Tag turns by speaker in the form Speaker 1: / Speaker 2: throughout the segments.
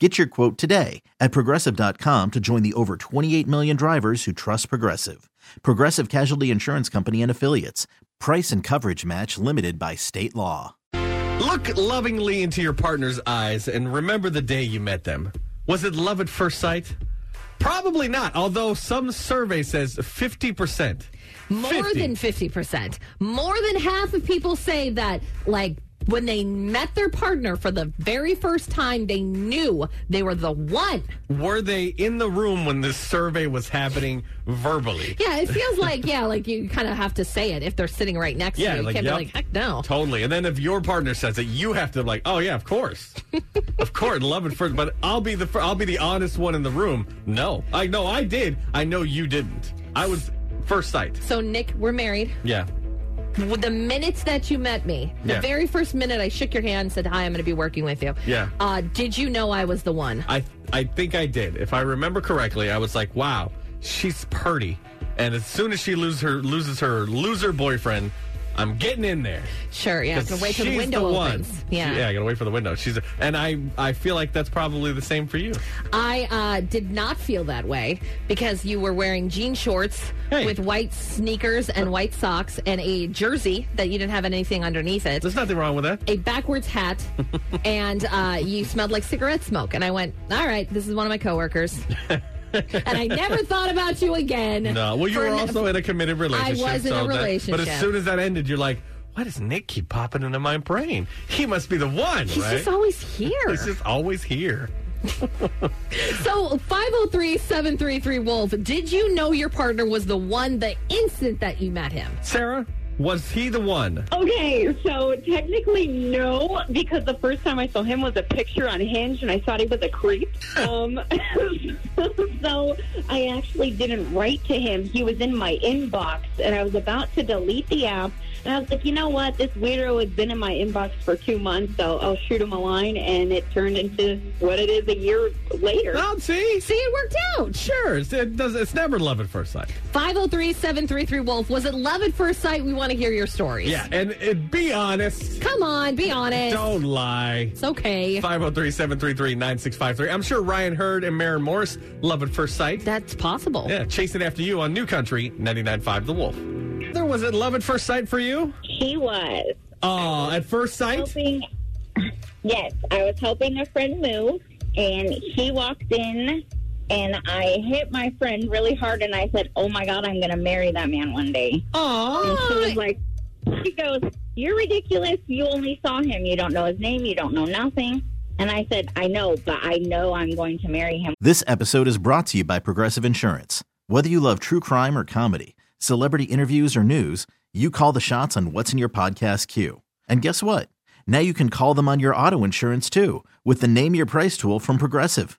Speaker 1: Get your quote today at progressive.com to join the over 28 million drivers who trust Progressive. Progressive Casualty Insurance Company and Affiliates. Price and coverage match limited by state law.
Speaker 2: Look lovingly into your partner's eyes and remember the day you met them. Was it love at first sight? Probably not, although some survey says 50%.
Speaker 3: More
Speaker 2: 50.
Speaker 3: than 50%. More than half of people say that, like, when they met their partner for the very first time, they knew they were the one.
Speaker 2: Were they in the room when this survey was happening verbally?
Speaker 3: Yeah, it feels like, yeah, like you kind of have to say it if they're sitting right next to you. You can't
Speaker 2: yep.
Speaker 3: be like, heck no.
Speaker 2: Totally. And then if your partner says it, you have to like, oh yeah, of course, of course, love it first. But I'll be the fir- I'll be the honest one in the room. No, I no, I did. I know you didn't. I was first sight.
Speaker 3: So, Nick, we're married.
Speaker 2: Yeah.
Speaker 3: With The minutes that you met me,
Speaker 2: Yeah.
Speaker 3: the very first minute I shook your hand and said, hi, I'm going to be working with you.
Speaker 2: Yeah.
Speaker 3: Uh, did you know I was the one?
Speaker 2: I I think I did. If I remember correctly, I was like, "Wow, she's purty." And as soon as she loses her loses her loser boyfriend, I'm getting in there.
Speaker 3: Sure, yeah. I'm going to wait till the
Speaker 2: She's
Speaker 3: window
Speaker 2: one.
Speaker 3: opens.
Speaker 2: She- yeah. I gotta wait for the window. She's and I I feel like that's probably the same for you.
Speaker 3: I uh, did not feel that way because you were wearing jean shorts
Speaker 2: Hey.
Speaker 3: with white sneakers and white socks and a jersey that you didn't have anything underneath it,
Speaker 2: There's nothing wrong with that.
Speaker 3: a backwards hat, and uh, you smelled like cigarette smoke. And I went, all right, this is one of my coworkers. and I never thought about you again.
Speaker 2: No, well, you
Speaker 3: for
Speaker 2: were
Speaker 3: an-
Speaker 2: also in a committed relationship.
Speaker 3: was in a
Speaker 2: so that- but
Speaker 3: relationship.
Speaker 2: as soon as that ended, you're like, "Why does Nick keep popping into my brain? He must be the one,
Speaker 3: He's
Speaker 2: right?"
Speaker 3: just always here.
Speaker 2: He's just always here.
Speaker 3: So 503-733-WOLF, did you know your partner was the one the instant that you met him?
Speaker 2: Sarah, was he the one?
Speaker 4: Okay, so technically no, because the first time I saw him was a picture on Hinge, and I thought he was a creep. Um, so I actually didn't write to him. He was in my inbox, and I was about to delete the app, and I was like, you know what? This weirdo has been in my inbox for two months, so I'll shoot him a line, and it turned into what it is a year later.
Speaker 2: Oh, see,
Speaker 3: See, it worked out.
Speaker 2: Sure, it's, it does, it's never love at first sight.
Speaker 3: 503-733-WOLF. Was it love at first sight? We want to hear your stories.
Speaker 2: Yeah, and it, be honest.
Speaker 3: Come on, be honest.
Speaker 2: Don't lie.
Speaker 3: It's okay.
Speaker 2: 503-733-9653. I'm sure Ryan Hurd and Maren Morris love at first sight.
Speaker 3: That's possible.
Speaker 2: Yeah, chasing after you on New Country 99.5 The Wolf. There was it love at first sight for you?
Speaker 4: He was.
Speaker 2: Oh, at first sight?
Speaker 4: helping. Yes, I was helping a friend move, and he walked in, and I hit my friend really hard, and I said, "Oh my god, I'm going to marry that man one day."
Speaker 2: Oh,
Speaker 4: And she was like, "She goes, you're ridiculous. You only saw him. You don't know his name. You don't know nothing." And I said, "I know, but I know I'm going to marry him."
Speaker 1: This episode is brought to you by Progressive Insurance. Whether you love true crime or comedy, celebrity interviews or news, you call the shots on what's in your podcast queue. And guess what? Now you can call them on your auto insurance too with the Name Your Price tool from Progressive.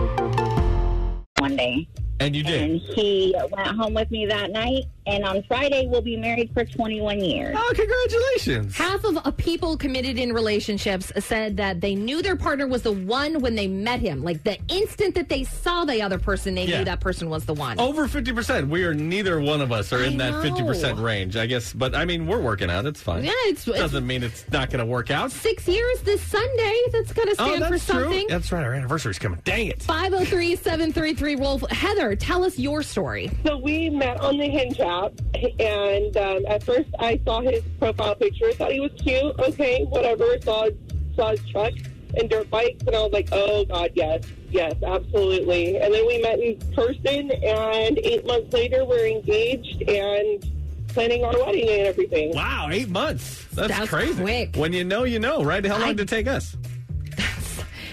Speaker 4: one day.
Speaker 2: And you did.
Speaker 4: And he went home with me that night. And on Friday, we'll be married for 21 years.
Speaker 2: Oh, congratulations.
Speaker 3: Half of uh, people committed in relationships said that they knew their partner was the one when they met him. Like the instant that they saw the other person, they
Speaker 2: Yeah. Oh.
Speaker 3: knew that person was the one.
Speaker 2: Over 50%. We are neither one of us are in
Speaker 3: I
Speaker 2: that
Speaker 3: know.
Speaker 2: 50% range, I guess. But I mean, we're working out. It's fine.
Speaker 3: Yeah, it's, it's
Speaker 2: Doesn't mean it's not going to work out.
Speaker 3: six years this Sunday. That's going to
Speaker 2: Oh,
Speaker 3: stand for
Speaker 2: that's true.
Speaker 3: something.
Speaker 2: That's right. Our anniversary's coming. Dang it.
Speaker 3: 503 733 Wolf. Heather, tell us your story.
Speaker 5: So we met on the Hinge app, and um, at first I saw his profile picture, thought he was cute. Okay, whatever. Saw his, saw his truck and dirt bikes, and I was like, oh god, yes, yes, absolutely. And then we met in person, and eight months later we're engaged and planning our wedding and everything.
Speaker 2: Wow, eight months. That's
Speaker 3: That's
Speaker 2: crazy.
Speaker 3: quick.
Speaker 2: When you know, you know, right? How long
Speaker 3: I-
Speaker 2: did it take us?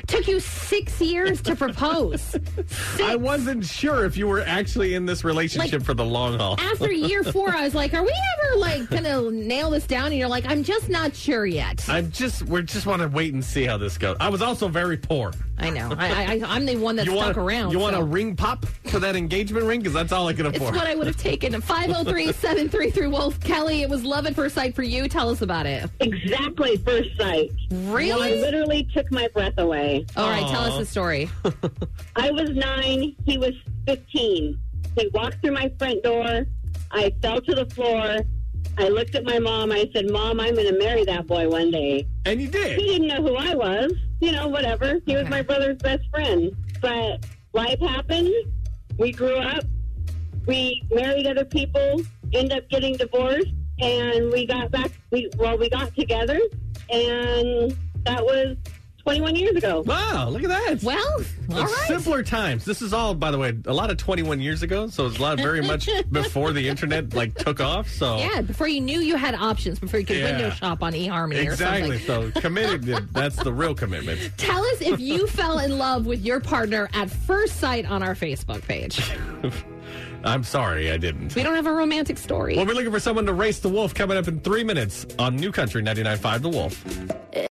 Speaker 3: Took you six years to propose.
Speaker 2: I wasn't sure if you were actually in this relationship
Speaker 3: Like-
Speaker 2: for the long haul.
Speaker 3: After year four, I was like, are we ever like going to nail this down? And you're like, I'm just not sure yet.
Speaker 2: I'm just, we just want to wait and see how this goes. I was also very poor.
Speaker 3: I know. I, I, I'm the one that
Speaker 2: You want,
Speaker 3: stuck around.
Speaker 2: you want
Speaker 3: so.
Speaker 2: a ring pop for that engagement ring? Because that's all I can
Speaker 3: It's
Speaker 2: afford.
Speaker 3: what I would have taken. 503 733 Wolf. Kelly, it was love at first sight for you. Tell us about it.
Speaker 4: Exactly, first sight. I
Speaker 3: Really?
Speaker 4: literally took my breath away.
Speaker 3: All right, tell us
Speaker 2: Aw.
Speaker 3: the story.
Speaker 4: I was nine, he was 15. He walked through my front door. I fell to the floor. I looked at my mom. I said, Mom, I'm going to marry that boy one day.
Speaker 2: and you
Speaker 4: He
Speaker 2: did.
Speaker 4: didn't know who I was. You know, whatever. He was
Speaker 3: Okay.
Speaker 4: my brother's best friend. But life happened. We grew up. We married other people, ended up getting divorced, and we got back. We well, we got together, and that was 21 years ago.
Speaker 2: Wow, look at that.
Speaker 3: Well, all
Speaker 2: It's
Speaker 3: right.
Speaker 2: Simpler times. This is all, by the way, a lot of 21 years ago. So it's a lot very much before the internet like took off. So
Speaker 3: Yeah, before you knew you had options, before you could
Speaker 2: Yeah.
Speaker 3: window shop on eHarmony or
Speaker 2: exactly.
Speaker 3: something.
Speaker 2: So committed. that's the real commitment.
Speaker 3: Tell us if you fell in love with your partner at first sight on our Facebook page.
Speaker 2: I'm sorry, I didn't.
Speaker 3: We don't have a romantic story.
Speaker 2: Well, we're looking for someone to race the wolf coming up in three minutes on New Country 99.5 The Wolf.